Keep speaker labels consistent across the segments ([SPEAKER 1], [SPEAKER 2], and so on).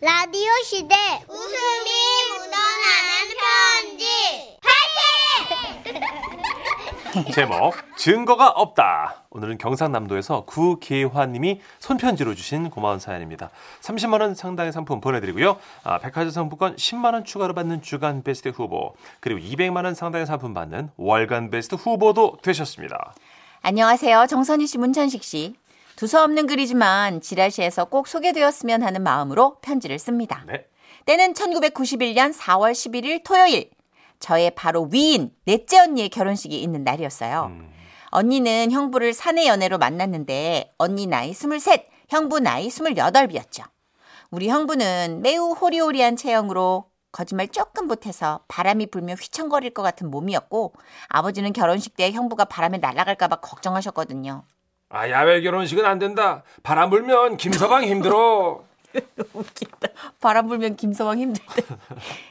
[SPEAKER 1] 라디오 시대 웃음이 묻어나는 편지
[SPEAKER 2] 제목 증거가 없다. 오늘은 경상남도에서 구계화님이 손편지로 주신 고마운 사연입니다. 30만 원 상당의 상품 보내드리고요. 아, 백화점 상품권 10만 원 추가로 받는 주간 베스트 후보 그리고 200만 원 상당의 상품 받는 월간 베스트 후보도 되셨습니다.
[SPEAKER 3] 안녕하세요. 정선희 씨, 문천식 씨. 두서없는 글이지만 지라시에서 꼭 소개되었으면 하는 마음으로 편지를 씁니다.
[SPEAKER 2] 네.
[SPEAKER 3] 때는 1991년 4월 11일 토요일. 저의 바로 위인, 넷째 언니의 결혼식이 있는 날이었어요.
[SPEAKER 2] 음,
[SPEAKER 3] 언니는 형부를 사내 연애로 만났는데 언니 나이 23, 형부 나이 28이었죠. 우리 형부는 매우 호리호리한 체형으로 거짓말 조금 못해서 바람이 불면 휘청거릴 것 같은 몸이었고 아버지는 결혼식 때 형부가 바람에 날아갈까 봐 걱정하셨거든요.
[SPEAKER 2] 아 야외 결혼식은 안 된다. 바람 불면 김서방 힘들어.
[SPEAKER 3] 웃기다. 바람 불면 김서방 힘들대.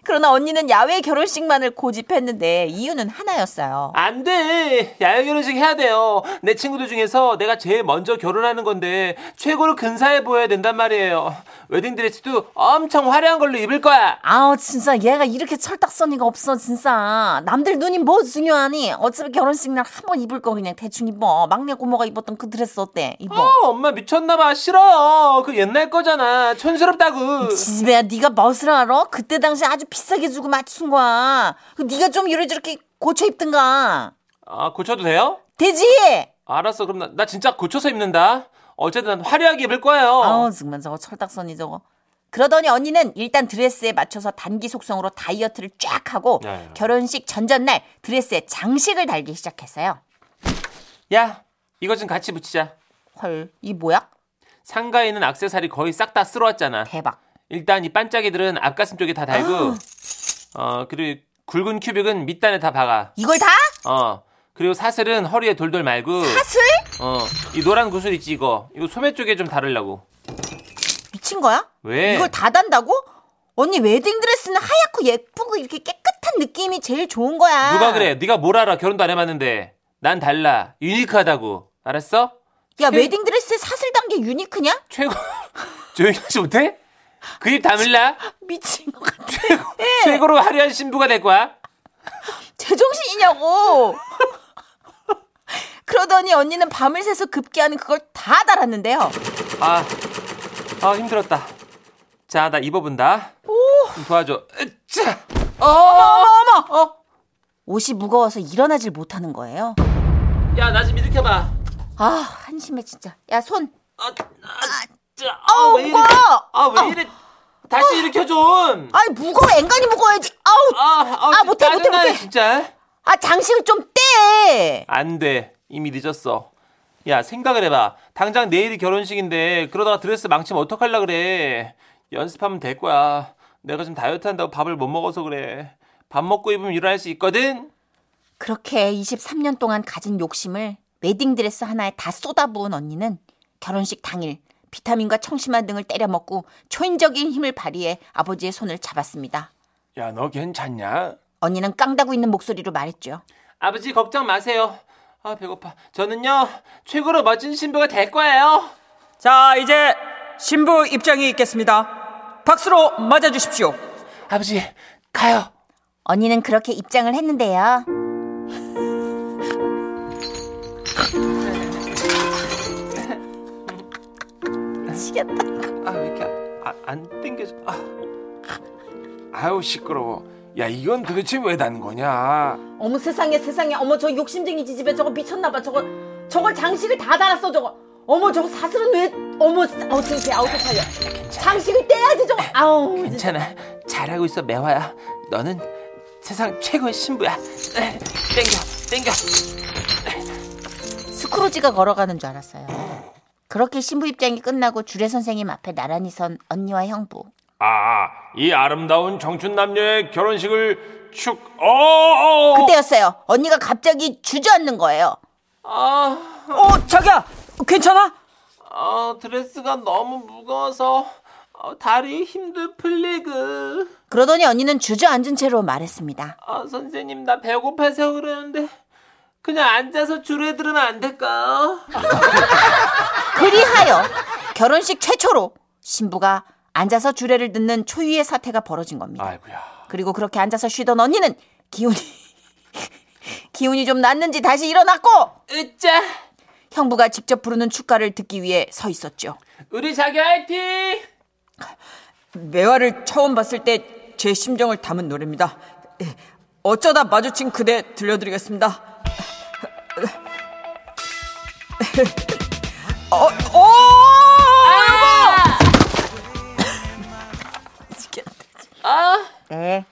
[SPEAKER 3] 그러나 언니는 야외 결혼식만을 고집했는데 이유는 하나였어요.
[SPEAKER 2] 안 돼. 야외 결혼식 해야 돼요. 내 친구들 중에서 내가 제일 먼저 결혼하는 건데 최고로 근사해 보여야 된단 말이에요. 웨딩 드레스도 엄청 화려한 걸로 입을 거야.
[SPEAKER 3] 아우 진짜 얘가 이렇게 철딱선이가 없어 진짜 남들 눈이 뭐 중요하니 어차피 결혼식 날 한 번 입을 거 그냥 대충 입어 막내 고모가 입었던 그 드레스 어때 입어
[SPEAKER 2] 어, 엄마 미쳤나 봐. 싫어. 그 옛날 거잖아. 촌스럽다고.
[SPEAKER 3] 지지배야 네가 멋을 알아? 그때 당시 아주 비싸게 주고 맞춘 거야 그 네가 좀 이러저렇게 고쳐 입든가
[SPEAKER 2] 아, 고쳐도 돼요?
[SPEAKER 3] 되지?
[SPEAKER 2] 알았어. 그럼 나, 나 진짜 고쳐서 입는다. 어쨌든 난 화려하게 입을 거예요.
[SPEAKER 3] 아우 어. 정말 저거 철딱선이 저거 그러더니 언니는 일단 드레스에 맞춰서 단기 속성으로 다이어트를 쫙 하고
[SPEAKER 2] 야, 야.
[SPEAKER 3] 결혼식 전전날 드레스에 장식을 달기 시작했어요
[SPEAKER 2] 야, 이거 좀 같이 붙이자.
[SPEAKER 3] 헐 이 뭐야?
[SPEAKER 2] 상가에 있는 악세사리 거의 싹 다 쓸어왔잖아.
[SPEAKER 3] 대박
[SPEAKER 2] 일단 이 반짝이들은 앞가슴 쪽에 다 달고 어 그리고 굵은 큐빅은 밑단에 다 박아
[SPEAKER 3] 이걸 다?
[SPEAKER 2] 어 그리고 사슬은 허리에 돌돌 말고
[SPEAKER 3] 사슬?
[SPEAKER 2] 어이 노란 구슬 있지 이거 이거 소매 쪽에 좀 다르려고
[SPEAKER 3] 미친 거야?
[SPEAKER 2] 왜?
[SPEAKER 3] 이걸 다 단다고? 언니 웨딩 드레스는 하얗고 예쁘고 이렇게 깨끗한 느낌이 제일 좋은 거야.
[SPEAKER 2] 누가 그래 네가 뭘 알아 결혼도 안 해봤는데 난 달라 유니크하다고 알았어?
[SPEAKER 3] 야
[SPEAKER 2] 최-
[SPEAKER 3] 웨딩 드레스에 사슬 단 게 유니크냐?
[SPEAKER 2] 최고 조용히 하지 못해? 그 입 다물라
[SPEAKER 3] 미친 것 같아.
[SPEAKER 2] 최고로 화려한 신부가 될 거야
[SPEAKER 3] 제정신이냐고. 그러더니 언니는 밤을 새서 급기야는 그걸 다 달았는데요.
[SPEAKER 2] 아, 아 힘들었다. 자, 나 입어본다. 좀 도와줘. 으쌰. 어, 어머, 어머, 어.
[SPEAKER 3] 옷이 무거워서 일어나질 못하는 거예요.
[SPEAKER 2] 야, 나 좀 일으켜봐.
[SPEAKER 3] 아 한심해 진짜. 야 손.
[SPEAKER 2] 아, 아, 진짜.
[SPEAKER 3] 아우,
[SPEAKER 2] 왜 이래?
[SPEAKER 3] 무거워.
[SPEAKER 2] 아, 왜 이래? 다시 일으켜 좀.
[SPEAKER 3] 아이 무거워 앵간히 무거워야지. 아우
[SPEAKER 2] 아, 아,
[SPEAKER 3] 아, 못해, 못해,
[SPEAKER 2] 짜증나네,
[SPEAKER 3] 못해.
[SPEAKER 2] 진짜.
[SPEAKER 3] 아 장식을 좀 떼.
[SPEAKER 2] 안 돼. 이미 늦었어. 야, 생각을 해봐. 당장 내일이 결혼식인데 그러다가 드레스 망치면 어떡할라 그래. 연습하면 될 거야. 내가 지금 다이어트 한다고 밥을 못 먹어서 그래. 밥 먹고 입으면 일어날 수 있거든.
[SPEAKER 3] 그렇게 23년 동안 가진 욕심을 웨딩드레스 하나에 다 쏟아부은 언니는 결혼식 당일 비타민과 청심환 등을 때려먹고 초인적인 힘을 발휘해 아버지의 손을 잡았습니다.
[SPEAKER 2] 야, 너 괜찮냐?
[SPEAKER 3] 언니는 깡다구 있는 목소리로 말했죠.
[SPEAKER 2] 아버지 걱정 마세요. 아, 배고파. 저는요, 최고로 멋진 신부가 될 거예요.
[SPEAKER 4] 자, 이제 신부 입장이 있겠습니다. 박수로 맞아주십시오.
[SPEAKER 2] 아버지, 가요.
[SPEAKER 3] 언니는 그렇게 입장을 했는데요. 미치겠다.
[SPEAKER 2] 아, 왜 이렇게 아, 안 땡겨져. 아. 아유, 시끄러워. 야, 이건 도대체 왜 난 거냐?
[SPEAKER 3] 어머 세상에 세상에 어머 저 욕심쟁이 지집에 저거 미쳤나봐 저거 저걸 장식을 다 달았어 저거 어머 저거 사슬은 왜 어머 어떻게 아우 쪽팔려 장식을 떼야지 저거 아우 진짜.
[SPEAKER 2] 괜찮아. 잘하고 있어, 매화야. 너는 세상 최고의 신부야. 에, 땡겨, 땡겨.
[SPEAKER 3] 스크루지가 걸어가는 줄 알았어요 그렇게 신부 입장이 끝나고 주례 선생님 앞에 나란히 선 언니와 형부
[SPEAKER 2] 아, 이 아름다운 청춘 남녀의 결혼식을 축, 어, 어, 어.
[SPEAKER 3] 그때였어요 언니가 갑자기 주저앉는 거예요
[SPEAKER 2] 아.
[SPEAKER 4] 어, 자기야, 괜찮아?
[SPEAKER 2] 아, 드레스가 너무 무거워서 어, 다리 힘들 풀리그.
[SPEAKER 3] 그러더니 언니는 주저앉은 채로 말했습니다
[SPEAKER 2] 아, 선생님 나 배고파서 그러는데 그냥 앉아서 줄에 들으면 안 될까?
[SPEAKER 3] 그리하여 결혼식 최초로 신부가 앉아서 주례를 듣는 초유의 사태가 벌어진 겁니다.
[SPEAKER 2] 아이고야.
[SPEAKER 3] 그리고 그렇게 앉아서 쉬던 언니는 기운이 기운이 좀 났는지 다시 일어났고
[SPEAKER 5] 으짜
[SPEAKER 3] 형부가 직접 부르는 축가를 듣기 위해 서 있었죠.
[SPEAKER 5] 우리 자기 화이팅
[SPEAKER 4] 매화를 처음 봤을 때 제 심정을 담은 노래입니다. 예, 어쩌다 마주친 그대 들려드리겠습니다. 어, 어!
[SPEAKER 3] 네.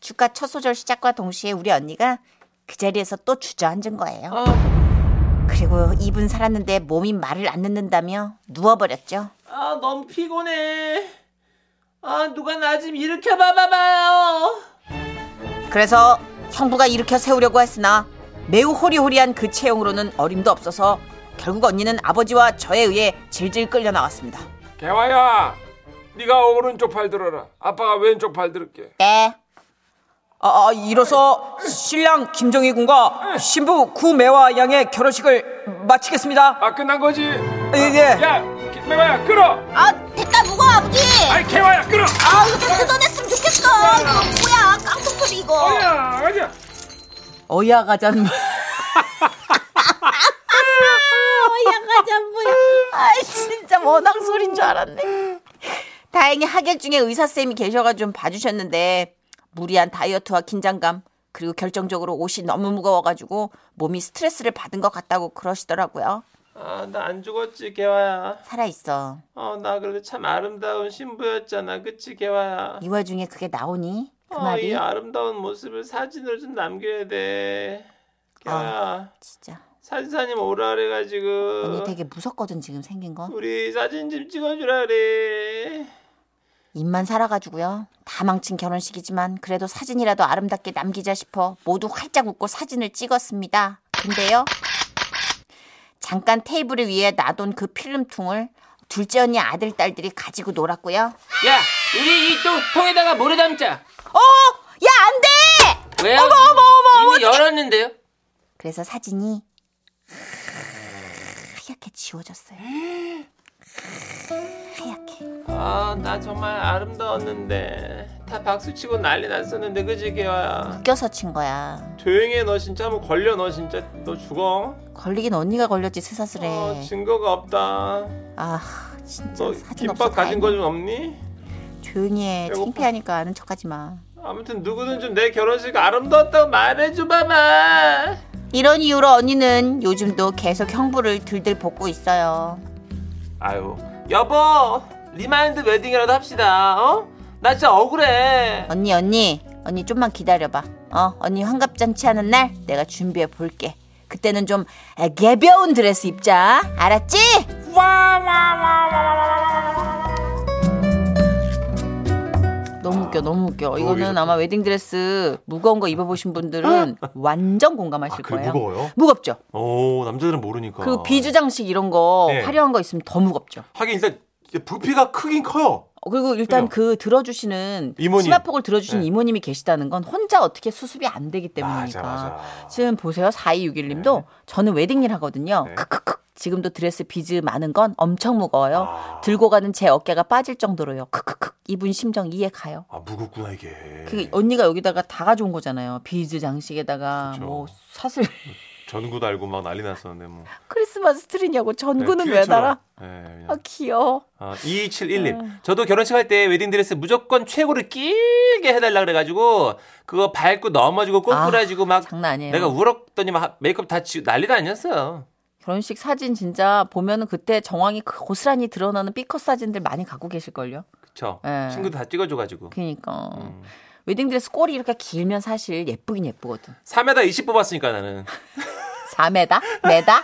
[SPEAKER 3] 축가 첫 소절 시작과 동시에 우리 언니가 그 자리에서 또 주저앉은 거예요. 그리고 2분 살았는데 몸이 말을 안 듣는다며 누워버렸죠.
[SPEAKER 5] 아 너무 피곤해 아 누가 나 좀 일으켜 봐봐봐요
[SPEAKER 3] 그래서 형부가 일으켜 세우려고 했으나 매우 호리호리한 그 체형으로는 어림도 없어서 결국 언니는 아버지와 저에 의해 질질 끌려 나왔습니다.
[SPEAKER 6] 개화야, 네가 오른쪽 팔 들어라. 아빠가 왼쪽 팔 들을게.
[SPEAKER 3] 네.
[SPEAKER 4] 아, 아, 이로써 신랑 김정희 군과 신부 구매화 양의 결혼식을 마치겠습니다.
[SPEAKER 6] 아 끝난 거지?
[SPEAKER 4] 예, 예.
[SPEAKER 6] 야, 개화야 끌어.
[SPEAKER 1] 아 됐다 무거워 아버지
[SPEAKER 6] 아니 개화야 끌어.
[SPEAKER 1] 아 이거 좀 뜯어냈으면 좋겠어 이거 뭐야 깡통 소리 이거
[SPEAKER 6] 어, 야, 가자.
[SPEAKER 3] 어야 가잔 뭐. 어야 가잔 뭐야. 아 진짜 원앙 소린 줄 알았네. 다행히 하객 중에 의사 쌤이 계셔가 좀 봐주셨는데 무리한 다이어트와 긴장감 그리고 결정적으로 옷이 너무 무거워가지고 몸이 스트레스를 받은 것 같다고 그러시더라고요.
[SPEAKER 5] 아 나 안 죽었지 개화야
[SPEAKER 3] 살아 있어.
[SPEAKER 5] 어 나 그래도 참 아름다운 신부였잖아 그치 개화야
[SPEAKER 3] 이 와중에 그게 나오니 그
[SPEAKER 5] 어,
[SPEAKER 3] 말이
[SPEAKER 5] 이 아름다운 모습을 사진으로 좀 남겨야 돼 개화야
[SPEAKER 3] 진짜
[SPEAKER 5] 사진사님 오라
[SPEAKER 3] 아. 언니
[SPEAKER 5] 그래가지고
[SPEAKER 3] 되게 무섭거든 지금 생긴 거.
[SPEAKER 5] 우리 사진 좀 찍어주라 그래
[SPEAKER 3] 입만 살아가지고요. 다 망친 결혼식이지만 그래도 사진이라도 아름답게 남기자 싶어 모두 활짝 웃고 사진을 찍었습니다. 근데요. 잠깐 테이블 위에 놔둔 그 필름통을 둘째 언니 아들 딸들이 가지고 놀았고요. 어,
[SPEAKER 5] 야 우리 이 통, 통에다가 모래 담자
[SPEAKER 3] 야, 안 돼!
[SPEAKER 5] 왜요? 어머 어머 어머 이미 열었는데요?
[SPEAKER 3] 그래서 사진이 하얗게 지워졌어요. 하얗게.
[SPEAKER 5] 아, 나 정말 아름다웠는데. 다 박수치고 난리 났었는데, 그지, 개화야?
[SPEAKER 3] 웃겨서 친 거야.
[SPEAKER 5] 조용히 해, 너 진짜 한번 걸려, 너 진짜. 너 죽어.
[SPEAKER 3] 걸리긴 언니가 걸렸지, 스사스레.
[SPEAKER 5] 어, 증거가 없다.
[SPEAKER 3] 아, 진짜
[SPEAKER 5] 너
[SPEAKER 3] 사진 없어.
[SPEAKER 5] 김밥 가진
[SPEAKER 3] 다행이다.
[SPEAKER 5] 거 좀 없니?
[SPEAKER 3] 조용히 해.
[SPEAKER 5] 배고파.
[SPEAKER 3] 창피하니까 아는 척하지 마.
[SPEAKER 5] 아무튼 누구든 좀 내 결혼식 아름다웠다고 말해줘봐봐.
[SPEAKER 3] 이런 이유로 언니는 요즘도 계속 형부를 들들 볶고 있어요.
[SPEAKER 5] 아유, 여보, 리마인드 웨딩이라도 합시다, 어? 나 진짜 억울해.
[SPEAKER 3] 언니 언니 언니 좀만 기다려봐. 어 언니 환갑잔치 하는 날 내가 준비해 볼게. 그때는 좀 개벼운 드레스 입자. 알았지? 너무 웃겨, 너무 웃겨. 이거는 아마 웨딩 드레스 무거운 거 입어보신 분들은 완전 공감하실
[SPEAKER 2] 아, 그래,
[SPEAKER 3] 거예요.
[SPEAKER 2] 무거워요?
[SPEAKER 3] 무겁죠.
[SPEAKER 2] 오 남자들은 모르니까.
[SPEAKER 3] 그리고 비주장식 이런 거
[SPEAKER 2] 네.
[SPEAKER 3] 화려한 거 있으면 더 무겁죠.
[SPEAKER 2] 하긴 일단 부피가 크긴 커요.
[SPEAKER 3] 어, 그리고 일단
[SPEAKER 2] 그죠?
[SPEAKER 3] 그 들어주시는
[SPEAKER 2] 이모님.
[SPEAKER 3] 치마폭을 들어주신
[SPEAKER 2] 네.
[SPEAKER 3] 이모님이 계시다는 건 혼자 어떻게 수습이 안 되기
[SPEAKER 2] 맞아
[SPEAKER 3] 때문이니까.
[SPEAKER 2] 맞아.
[SPEAKER 3] 지금 보세요. 4261님도 저는 웨딩일 하거든요.
[SPEAKER 2] 네.
[SPEAKER 3] 크크크. 지금도 드레스 비즈 많은 건 엄청 무거워요.
[SPEAKER 2] 아.
[SPEAKER 3] 들고 가는 제 어깨가 빠질 정도로요. 크크크. 이분 심정 이해 가요.
[SPEAKER 2] 아 무겁구나 이게.
[SPEAKER 3] 그 언니가 여기다가 다 가져온 거잖아요. 비즈 장식에다가
[SPEAKER 2] 그쵸.
[SPEAKER 3] 뭐 사슬
[SPEAKER 2] 전구도 알고 막 난리 났었는데 뭐.
[SPEAKER 3] 크리스마스 트리냐고
[SPEAKER 2] 네,
[SPEAKER 3] 전구는 왜
[SPEAKER 2] 퓨처럼.
[SPEAKER 3] 달아? 네.
[SPEAKER 2] 네, 그냥.
[SPEAKER 3] 아 귀여워.
[SPEAKER 2] 아, 2271님. 저도 결혼식 할 때 웨딩드레스 무조건 최고를 길게 해달라 그래가지고, 그거 밟고 넘어지고 꼬꾸라지고 막,
[SPEAKER 3] 아, 장난 아니에요.
[SPEAKER 2] 내가 울었더니 막 메이크업 다 지우, 난리도 아니었어요.
[SPEAKER 3] 결혼식 사진 진짜 보면은 그때 정황이 고스란히 드러나는 삐컷 사진들 많이 갖고 계실걸요.
[SPEAKER 2] 그쵸.
[SPEAKER 3] 네.
[SPEAKER 2] 친구도 다 찍어줘가지고.
[SPEAKER 3] 그니까
[SPEAKER 2] 음.
[SPEAKER 3] 웨딩드레스 꼬리 이렇게 길면 사실 예쁘긴 예쁘거든.
[SPEAKER 2] 3에다 20 뽑았으니까 나는.
[SPEAKER 3] 4m? 메다?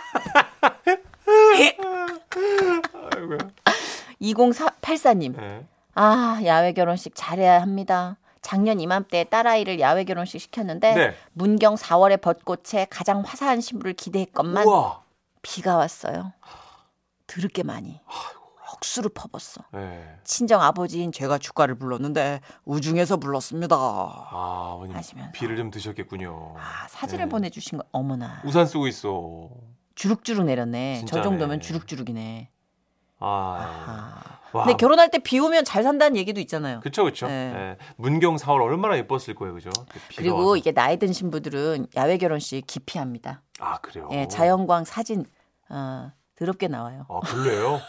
[SPEAKER 3] 2084님.
[SPEAKER 2] 네.
[SPEAKER 3] 아, 야외 결혼식 잘해야 합니다. 작년 이맘때 딸아이를 야외 결혼식 시켰는데
[SPEAKER 2] 네.
[SPEAKER 3] 문경 4월의 벚꽃에 가장 화사한 신부를 기대했건만
[SPEAKER 2] 우와.
[SPEAKER 3] 비가 왔어요. 드럽게 많이. 억수로 퍼붓어.
[SPEAKER 2] 네.
[SPEAKER 3] 친정 아버지인 제가 축가를 불렀는데 우중에서 불렀습니다.
[SPEAKER 2] 아, 아버님.
[SPEAKER 3] 하시면서.
[SPEAKER 2] 비를 좀 드셨겠군요.
[SPEAKER 3] 아, 사진을
[SPEAKER 2] 네.
[SPEAKER 3] 보내주신 거 어머나
[SPEAKER 2] 우산 쓰고 있어.
[SPEAKER 3] 주룩주룩 내렸네. 저
[SPEAKER 2] 진짜네.
[SPEAKER 3] 정도면 주룩주룩이네.
[SPEAKER 2] 아, 와.
[SPEAKER 3] 근데 결혼할 때 비 오면 잘 산다는 얘기도 있잖아요.
[SPEAKER 2] 그쵸 그쵸.
[SPEAKER 3] 네.
[SPEAKER 2] 예. 문경 4월 얼마나 예뻤을 거예요, 그죠? 그 비가
[SPEAKER 3] 그리고
[SPEAKER 2] 와서.
[SPEAKER 3] 이게 나이 든 신부들은 야외 결혼식 기피합니다.
[SPEAKER 2] 아 그래요.
[SPEAKER 3] 예, 자연광 사진 어, 더럽게 나와요.
[SPEAKER 2] 아 별로예요.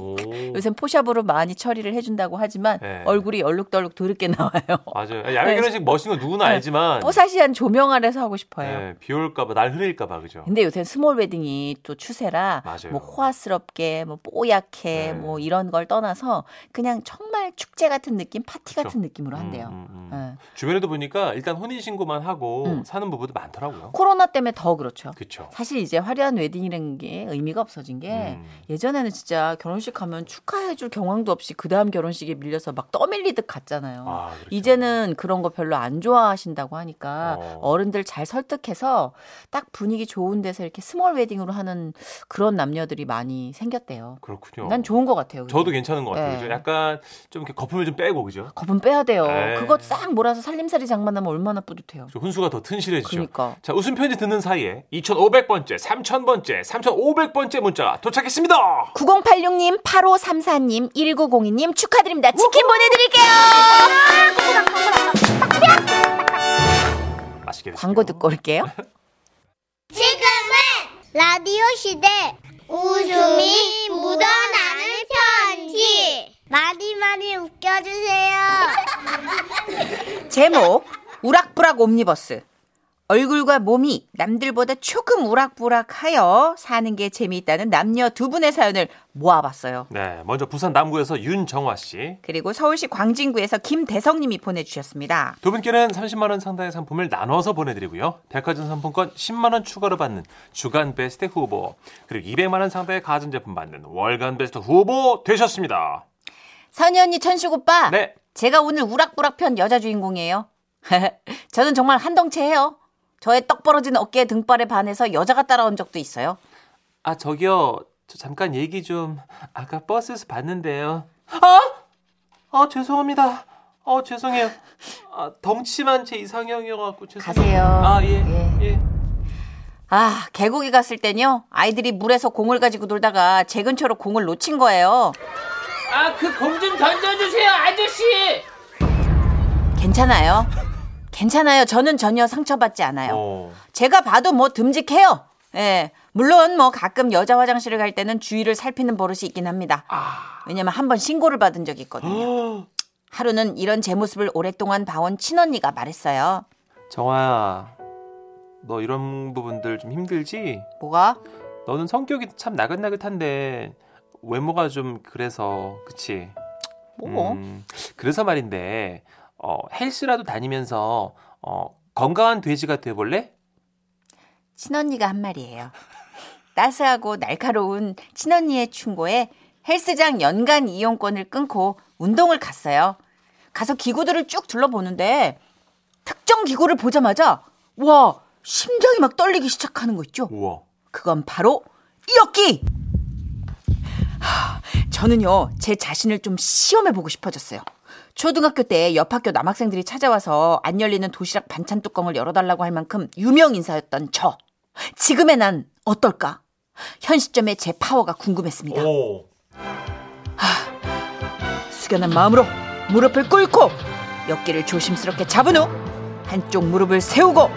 [SPEAKER 2] 오.
[SPEAKER 3] 요새 포샵으로 많이 처리를 해준다고 하지만
[SPEAKER 2] 네.
[SPEAKER 3] 얼굴이 얼룩덜룩 더럽게 나와요.
[SPEAKER 2] 맞아요. 야외 결혼식 멋있는 거 누구나
[SPEAKER 3] 네.
[SPEAKER 2] 알지만
[SPEAKER 3] 뽀사시한 조명 아래서 하고 싶어요.
[SPEAKER 2] 예, 비 올까봐 날 흐릴까봐 그죠.
[SPEAKER 3] 근데 요새 스몰 웨딩이 또 추세라
[SPEAKER 2] 맞아요.
[SPEAKER 3] 뭐 호화스럽게 뭐 뽀얗게
[SPEAKER 2] 네.
[SPEAKER 3] 뭐 이런 걸 떠나서 그냥 정말 축제 같은 느낌, 파티
[SPEAKER 2] 그쵸.
[SPEAKER 3] 같은 느낌으로
[SPEAKER 2] 음,
[SPEAKER 3] 한대요.
[SPEAKER 2] 음, 음.
[SPEAKER 3] 예.
[SPEAKER 2] 주변에도 보니까 일단 혼인 신고만 하고
[SPEAKER 3] 음.
[SPEAKER 2] 사는 부부도 많더라고요.
[SPEAKER 3] 코로나 때문에 더 그렇죠.
[SPEAKER 2] 그쵸.
[SPEAKER 3] 사실 이제 화려한 웨딩이라는 게 의미가 없어진 게
[SPEAKER 2] 음.
[SPEAKER 3] 예전에는 진짜 결혼식 가면 축하해줄 경황도 없이 그 다음 결혼식에 밀려서 막 떠밀리듯 갔잖아요.
[SPEAKER 2] 아, 그렇죠.
[SPEAKER 3] 이제는 그런 거 별로 안 좋아하신다고 하니까
[SPEAKER 2] 어.
[SPEAKER 3] 어. 른들잘 설득해서 딱 분위기 좋은 데서 이렇게 스몰 웨딩으로 하는 그런 남녀들이 많이 생겼대요.
[SPEAKER 2] 그렇군요.
[SPEAKER 3] 난 좋은 것 같아요. 그게.
[SPEAKER 2] 저도 괜찮은 것 같아요.
[SPEAKER 3] 네.
[SPEAKER 2] 그죠? 약간 좀 이렇게 거품을 좀 빼고 그죠.
[SPEAKER 3] 거품 빼야 돼요.
[SPEAKER 2] 네.
[SPEAKER 3] 그거 싹 몰아서 살림살이 장만하면 얼마나 뿌듯해요.
[SPEAKER 2] 그죠? 혼수가 더 튼실해지죠.
[SPEAKER 3] 그러니까.
[SPEAKER 2] 자, 웃음 편지 듣는 사이에 2,500번째, 3,000번째, 3,500번째 문자가 도착했습니다.
[SPEAKER 3] 9086님, 8534님, 1902님 축하드립니다. 치킨 보내드릴게요.
[SPEAKER 2] 맛있게 드세요.
[SPEAKER 3] 광고 듣고 올게요.
[SPEAKER 1] 지금은 라디오 시대 웃음이 묻어나는 편지 많이 많이 웃겨주세요
[SPEAKER 3] 제목 우락부락 옴니버스 얼굴과 몸이 남들보다 조금 우락부락하여 사는 게 재미있다는 남녀 두 분의 사연을 모아봤어요.
[SPEAKER 2] 네, 먼저 부산 남구에서 윤정화 씨.
[SPEAKER 3] 그리고 서울시 광진구에서 김대성님이 보내주셨습니다.
[SPEAKER 2] 두 분께는 30만 원 상당의 상품을 나눠서 보내드리고요. 백화점 상품권 10만 원 추가로 받는 주간 베스트 후보 그리고 200만 원 상당의 가전제품 받는 월간 베스트 후보 되셨습니다.
[SPEAKER 3] 선희 언니 천식 오빠.
[SPEAKER 2] 네.
[SPEAKER 3] 제가 오늘 우락부락편 여자 주인공이에요. 저는 정말 한덩체예요. 저의 떡 벌어진 어깨 등발에 반해서 여자가 따라온 적도 있어요.
[SPEAKER 5] 아 저기요 저 잠깐 얘기 좀 아까 버스에서 봤는데요
[SPEAKER 2] 어?
[SPEAKER 5] 아! 아 죄송합니다 아 죄송해요 아 덩치만 제 이상형이어갖고
[SPEAKER 3] 가세요.
[SPEAKER 5] 죄송해요 아예예
[SPEAKER 3] 예. 아, 계곡에 갔을 땐요. 아이들이 물에서 공을 가지고 놀다가 제 근처로 공을 놓친 거예요.
[SPEAKER 5] 아 그 공 좀 던져주세요 아저씨
[SPEAKER 3] 괜찮아요. 괜찮아요. 저는 전혀 상처받지 않아요.
[SPEAKER 2] 어,
[SPEAKER 3] 제가 봐도 뭐 듬직해요. 예. 물론 뭐 가끔 여자 화장실을 갈 때는 주위를 살피는 버릇이 있긴 합니다.
[SPEAKER 5] 아.
[SPEAKER 3] 왜냐면 한 번 신고를 받은 적이 있거든요.
[SPEAKER 5] 어.
[SPEAKER 3] 하루는 이런 제 모습을 오랫동안 봐온 친언니가 말했어요.
[SPEAKER 2] 정화야, 너 이런 부분들 좀 힘들지?
[SPEAKER 3] 뭐가?
[SPEAKER 2] 너는 성격이 참 나긋나긋한데 외모가 좀 그래서 그치?
[SPEAKER 3] 뭐?
[SPEAKER 2] 음, 그래서 말인데 어, 헬스라도 다니면서 어, 건강한 돼지가 돼볼래?
[SPEAKER 3] 친언니가 한 말이에요. 따스하고 날카로운 친언니의 충고에 헬스장 연간 이용권을 끊고 운동을 갔어요. 가서 기구들을 쭉 둘러보는데 특정 기구를 보자마자 와 심장이 막 떨리기 시작하는 거 있죠.
[SPEAKER 2] 우와.
[SPEAKER 3] 그건 바로 이어끼. 하, 저는요 제 자신을 좀 시험해 보고 싶어졌어요. 초등학교 때 옆 학교 남학생들이 찾아와서 안 열리는 도시락 반찬 뚜껑을 열어달라고 할 만큼 유명 인사였던 저. 지금의 난 어떨까? 현 시점의 제 파워가 궁금했습니다.
[SPEAKER 2] 오.
[SPEAKER 3] 숙연한 마음으로 무릎을 꿇고 옆기를 조심스럽게 잡은 후 한쪽 무릎을 세우고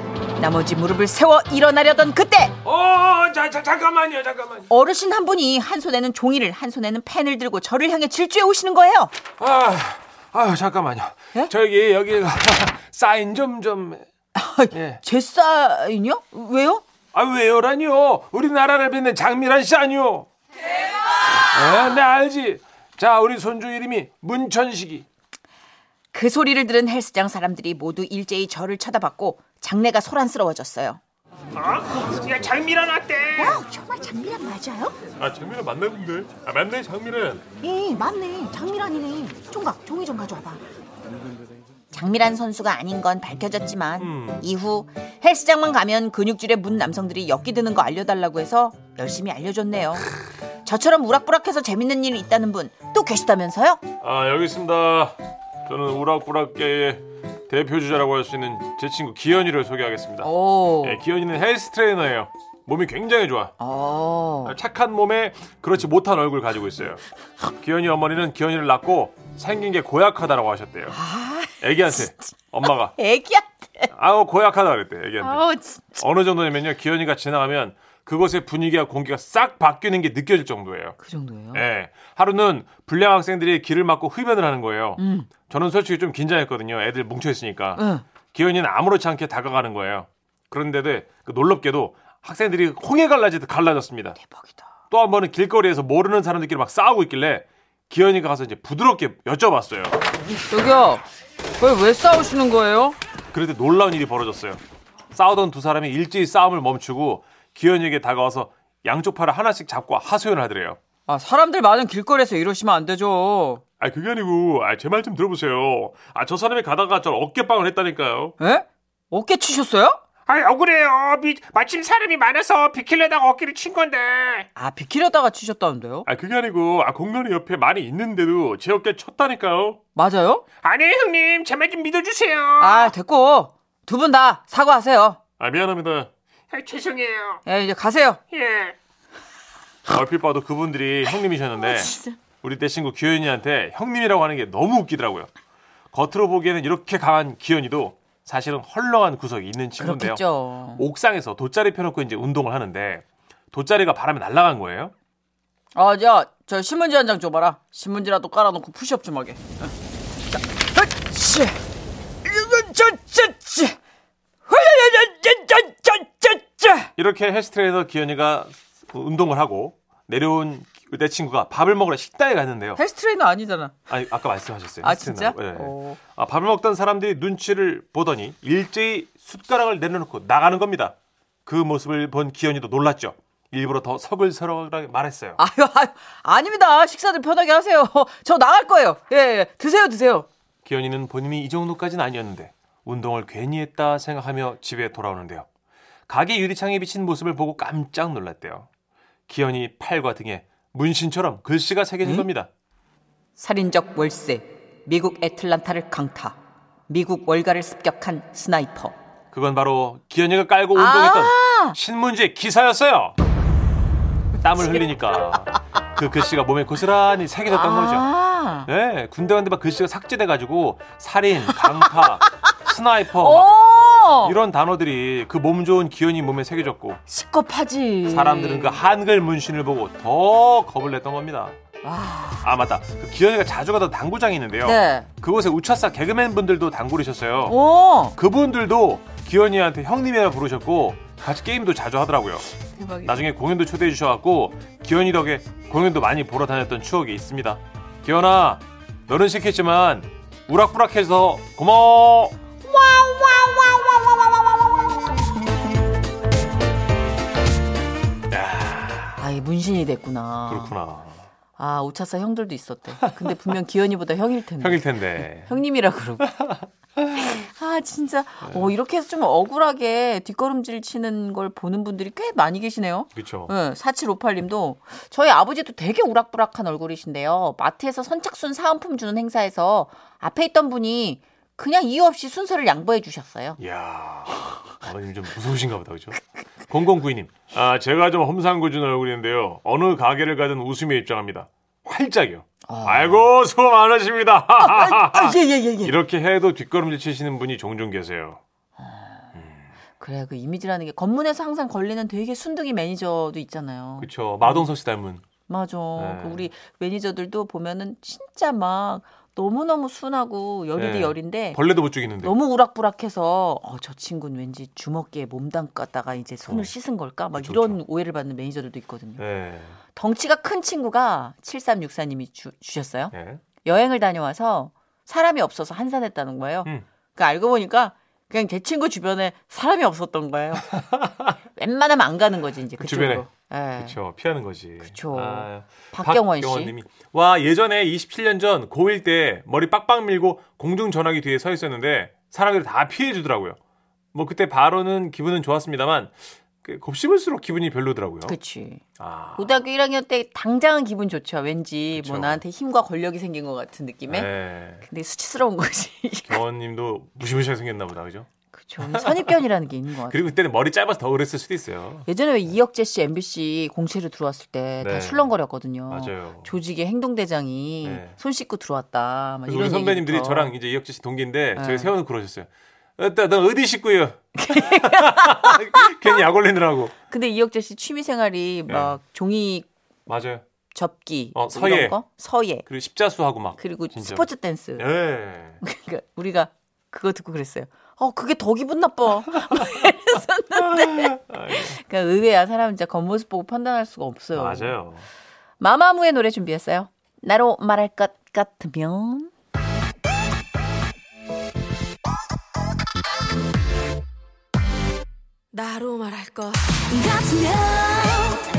[SPEAKER 3] 나머지 무릎을 세워 일어나려던 그때
[SPEAKER 6] 어, 자, 자, 잠깐만요, 잠깐만요.
[SPEAKER 3] 어르신 한 분이 한 손에는 종이를 한 손에는 펜을 들고 저를 향해 질주해 오시는 거예요.
[SPEAKER 6] 아, 아유, 잠깐만요.
[SPEAKER 3] 예?
[SPEAKER 6] 저기, 여기가 사인 좀, 좀. 예.
[SPEAKER 3] 제 사인이요? 왜요?
[SPEAKER 6] 아, 왜요라니요? 우리나라를 빛낸 장미란 씨 아니요? 대박! 네, 알지. 자, 우리 손주 이름이 문천식이.
[SPEAKER 3] 그 소리를 들은 헬스장 사람들이 모두 일제히 저를 쳐다봤고 장내가 소란스러워졌어요.
[SPEAKER 1] 와 정말 장미란 맞아요?
[SPEAKER 2] 아 장미란 맞네 근데. 아 맞네 장미란.
[SPEAKER 1] 예 맞네 장미란이네 총각 종이 좀 가져와봐
[SPEAKER 3] 장미란 선수가 아닌 건 밝혀졌지만 이후 헬스장만 가면 근육질의 문 남성들이 엮기 드는 거 알려달라고 해서 열심히 알려줬네요. 저처럼 우락부락해서 재밌는 일이 있다는 분 또 계시다면서요?
[SPEAKER 6] 아, 여기 있습니다. 저는 우락부락계의 대표 주자라고 할 수 있는 제 친구 기현이를 소개하겠습니다.
[SPEAKER 3] 오.
[SPEAKER 6] 예, 기현이는 헬스 트레이너예요.
[SPEAKER 2] 몸이 굉장히 좋아.
[SPEAKER 3] 어.
[SPEAKER 2] 착한 몸에 그렇지 못한 얼굴 가지고 있어요. 기현이 어머니는 기현이를 낳고 생긴 게 고약하다라고 하셨대요.
[SPEAKER 7] 아,
[SPEAKER 2] 애기한테 엄마가
[SPEAKER 7] 애기한테.
[SPEAKER 2] 아우 고약하다 그랬대 애기한테.
[SPEAKER 7] 아우, 진-
[SPEAKER 2] 어느 정도냐면요 기현이가 지나가면 그곳의 분위기와 공기가 싹 바뀌는 게 느껴질 정도예요.
[SPEAKER 3] 그 정도예요?
[SPEAKER 2] 예. 하루는 불량 학생들이 길을 막고 흡연을 하는 거예요. 저는 솔직히 좀 긴장했거든요. 애들 뭉쳐 있으니까.
[SPEAKER 3] 음. 응.
[SPEAKER 2] 기현이는 아무렇지 않게 다가가는 거예요. 그런데도 그 놀랍게도 학생들이 홍해 갈라지듯 갈라졌습니다.
[SPEAKER 3] 대박이다.
[SPEAKER 2] 또 한 번은 길거리에서 모르는 사람들끼리 막 싸우고 있길래 기현이가 가서 이제 부드럽게 여쭤봤어요.
[SPEAKER 3] 저기요. 왜, 왜 싸우시는 거예요?
[SPEAKER 2] 그런데 놀라운 일이 벌어졌어요. 싸우던 두 사람이 일제히 싸움을 멈추고 기현이에게 다가와서 양쪽 팔을 하나씩 잡고 하소연을 하더래요.
[SPEAKER 3] 아, 사람들 많은 길거리에서 이러시면 안 되죠.
[SPEAKER 2] 아 그게 아니고 아, 제 말 좀 들어보세요. 아 저 사람이 가다가 저 어깨빵을 했다니까요.
[SPEAKER 4] 예?
[SPEAKER 3] 에? 어깨 치셨어요?
[SPEAKER 6] 아 억울해요. 미- 마침 사람이 많아서 비킬려다가 어깨를 친 건데.
[SPEAKER 3] 아, 비키려다가 치셨다는데요?
[SPEAKER 2] 아 그게 아니고 아 공간이 옆에 많이 있는데도 제 어깨 쳤다니까요.
[SPEAKER 3] 맞아요?
[SPEAKER 6] 아니 형님 제 말 좀 믿어주세요.
[SPEAKER 3] 아, 됐고. 두 분 다 사과하세요.
[SPEAKER 2] 아 미안합니다.
[SPEAKER 6] 아, 죄송해요.
[SPEAKER 3] 예, 이제 가세요.
[SPEAKER 6] 예.
[SPEAKER 2] 얼핏 봐도 그분들이
[SPEAKER 3] 아,
[SPEAKER 2] 형님이셨는데 우리 때 친구 기현이한테 형님이라고 하는 게 너무 웃기더라고요. 겉으로 보기에는 이렇게 강한 기현이도 사실은 헐렁한 구석이 있는 친구인데요.
[SPEAKER 3] 그렇겠죠.
[SPEAKER 2] 옥상에서 돗자리 펴놓고 이제 운동을 하는데 돗자리가 바람에 날아간 거예요.
[SPEAKER 3] 아, 야, 저 신문지 한 장 줘봐라. 신문지라도 깔아놓고 푸시업 좀 하게. 자, 으쌰. 이건 저, 저, 저. 헐레레레레레레레레.
[SPEAKER 2] 이렇게 헬스트레이너 기현이가 운동을 하고 내려온 내 친구가 밥을 먹으러 식당에 갔는데요.
[SPEAKER 3] 헬스 트레이너 아니잖아.
[SPEAKER 2] 아니, 아까 말씀하셨어요.
[SPEAKER 3] 아,
[SPEAKER 2] 헬스트레이너.
[SPEAKER 3] 진짜?
[SPEAKER 2] 예, 예.
[SPEAKER 3] 어.
[SPEAKER 2] 아, 밥을 먹던 사람들이 눈치를 보더니 일제히 숟가락을 내려놓고 나가는 겁니다. 그 모습을 본 기현이도 놀랐죠. 일부러 더 서글서글하게 말했어요.
[SPEAKER 3] 아유, 아유, 아닙니다. 식사들 편하게 하세요. 저 나갈 거예요. 예, 예. 드세요, 드세요.
[SPEAKER 2] 기현이는 본인이 이 정도까지는 아니었는데 운동을 괜히 했다 생각하며 집에 돌아오는데요. 가게 유리창에 비친 모습을 보고 깜짝 놀랐대요. 기현이 팔과 등에 문신처럼 글씨가 새겨진 겁니다.
[SPEAKER 3] 살인적 월세, 미국 애틀란타를 강타, 미국 월가를 습격한 스나이퍼.
[SPEAKER 2] 그건 바로 기현이가 깔고 운동했던
[SPEAKER 3] 아!
[SPEAKER 2] 신문지의 기사였어요. 땀을 흘리니까 그 글씨가 몸에 고스란히 새겨졌던 거죠.
[SPEAKER 3] 아,
[SPEAKER 2] 네, 군대 간데 막 글씨가 삭제돼가지고 살인, 강타, 스나이퍼 막
[SPEAKER 3] 어,
[SPEAKER 2] 이런 단어들이 그 몸 좋은 기현이 몸에 새겨졌고
[SPEAKER 3] 시겁하지.
[SPEAKER 2] 사람들은
[SPEAKER 3] 음.
[SPEAKER 2] 그 한글 문신을 보고 더 겁을 냈던 겁니다. 아 맞다, 그 기현이가 자주 가던 당구장이 있는데요.
[SPEAKER 3] 네.
[SPEAKER 2] 그곳에 우차사 개그맨 분들도 당구리셨어요.
[SPEAKER 3] 오,
[SPEAKER 2] 그분들도 기현이한테 형님이라 부르셨고 같이 게임도 자주 하더라고요.
[SPEAKER 3] 대박이다.
[SPEAKER 2] 나중에 공연도 초대해 주셔갖고 기현이 덕에 공연도 많이 보러 다녔던 추억이 있습니다. 기현아, 너는 싫겠지만 우락부락해서 고마워.
[SPEAKER 3] 아, 이 문신이 됐구나.
[SPEAKER 2] 그렇구나.
[SPEAKER 3] 아, 오차사 형들도 있었대. 근데 분명 기현이보다 형일 텐데.
[SPEAKER 2] 형일 텐데.
[SPEAKER 3] 님이라 그러고. 아, 진짜. 어, 이렇게 해서 좀 억울하게 뒷걸음질 치는 걸 보는 분들이 꽤 많이 계시네요.
[SPEAKER 2] 그렇죠.
[SPEAKER 3] 네, 4758님도 저희 아버지도 되게 우락부락한 얼굴이신데요. 마트에서 선착순 사은품 주는 행사에서 앞에 있던 분이 그냥 이유 없이 순서를 양보해 주셨어요.
[SPEAKER 2] 이야, 아버님 좀 무서우신가 보다, 그죠? 0092님, 아, 제가 좀 험상궂은 얼굴인데요. 어느 가게를 가든 웃음에 입장합니다. 활짝이요. 아이고, 아, 수고 많으십니다.
[SPEAKER 3] 예, 예, 예,
[SPEAKER 2] 이렇게 해도 뒷걸음질 치시는 분이 종종 계세요.
[SPEAKER 3] 그래, 그 이미지라는 게 검문에서 항상 걸리는 되게 순둥이 매니저도 있잖아요.
[SPEAKER 2] 그렇죠. 마동석 씨 닮은.
[SPEAKER 3] 맞아. 그
[SPEAKER 2] 네.
[SPEAKER 3] 우리 매니저들도 보면은 진짜 막 너무너무 순하고 여리디
[SPEAKER 2] 네.
[SPEAKER 3] 여린데
[SPEAKER 2] 벌레도 못 죽이는데.
[SPEAKER 3] 너무 우락부락해서 어, 저 친구는 왠지 주먹기에 몸 담갔다가 이제 손을
[SPEAKER 2] 어.
[SPEAKER 3] 씻은 걸까? 막
[SPEAKER 2] 그쵸,
[SPEAKER 3] 이런 오해를 받는 매니저들도 있거든요.
[SPEAKER 2] 네.
[SPEAKER 3] 덩치가 큰 친구가 7364님이 주, 셨어요
[SPEAKER 2] 네.
[SPEAKER 3] 여행을 다녀와서 사람이 없어서 한산했다는 거예요.
[SPEAKER 2] 음.
[SPEAKER 3] 그러니까 알고 보니까 그냥 제 친구 주변에 사람이 없었던 거예요. 웬만하면 안 가는 거지 이제
[SPEAKER 2] 그
[SPEAKER 3] 그쪽으로. 예.
[SPEAKER 2] 그렇죠. 피하는 거지.
[SPEAKER 3] 그쵸.
[SPEAKER 2] 아,
[SPEAKER 3] 박경원 씨.
[SPEAKER 2] 님이, 와 예전에 27년 전 고1 때 머리 빡빡 밀고 공중 전화기 뒤에 서 있었는데 사람들이 다 피해 주더라고요. 뭐 그때 바로는 기분은 좋았습니다만 그 곱씹을수록 기분이 별로더라고요.
[SPEAKER 3] 그치.
[SPEAKER 2] 아.
[SPEAKER 3] 고등학교 1학년 때 당장은 기분 좋죠. 왠지
[SPEAKER 2] 그쵸.
[SPEAKER 3] 뭐 나한테 힘과 권력이 생긴 것 같은 느낌에.
[SPEAKER 2] 네.
[SPEAKER 3] 근데 수치스러운 거지.
[SPEAKER 2] 경원님도 무시무시하게 생겼나 보다, 그죠?
[SPEAKER 3] 그죠. 선입견이라는 게 있는 것 같아요.
[SPEAKER 2] 그리고 그때는 머리 짧아서 더 그랬을 수도 있어요.
[SPEAKER 3] 예전에 왜 이혁재 씨 MBC 공채로 들어왔을 때 다
[SPEAKER 2] 네.
[SPEAKER 3] 술렁거렸거든요.
[SPEAKER 2] 맞아요.
[SPEAKER 3] 조직의 행동대장이
[SPEAKER 2] 네.
[SPEAKER 3] 손 씻고 들어왔다. 막
[SPEAKER 2] 그래서
[SPEAKER 3] 이런
[SPEAKER 2] 우리 선배님들이
[SPEAKER 3] 얘기부터.
[SPEAKER 2] 저랑 이제 이혁재 씨 동기인데
[SPEAKER 3] 네.
[SPEAKER 2] 저희 세원은 그러셨어요. 어따 넌 어디 식구요? 괜히 약 올리느라고.
[SPEAKER 3] 근데 이혁재 씨 취미생활이 막 종이
[SPEAKER 2] 맞아요.
[SPEAKER 3] 접기,
[SPEAKER 2] 네. 어,
[SPEAKER 3] 뭐 이런
[SPEAKER 2] 서예.
[SPEAKER 3] 거? 서예,
[SPEAKER 2] 그리고 십자수하고 막.
[SPEAKER 3] 그리고
[SPEAKER 2] 진짜.
[SPEAKER 3] 스포츠 댄스.
[SPEAKER 2] 예.
[SPEAKER 3] 그러니까 우리가 그거 듣고 그랬어요. 어, 그게 더 기분 나빠. 그러니까 의외야 사람 진짜 겉모습 보고 판단할 수가 없어요.
[SPEAKER 2] 맞아요.
[SPEAKER 3] 마마무의 노래 준비했어요. 나로 말할 것 같으면
[SPEAKER 6] 나로 말할 것 같으면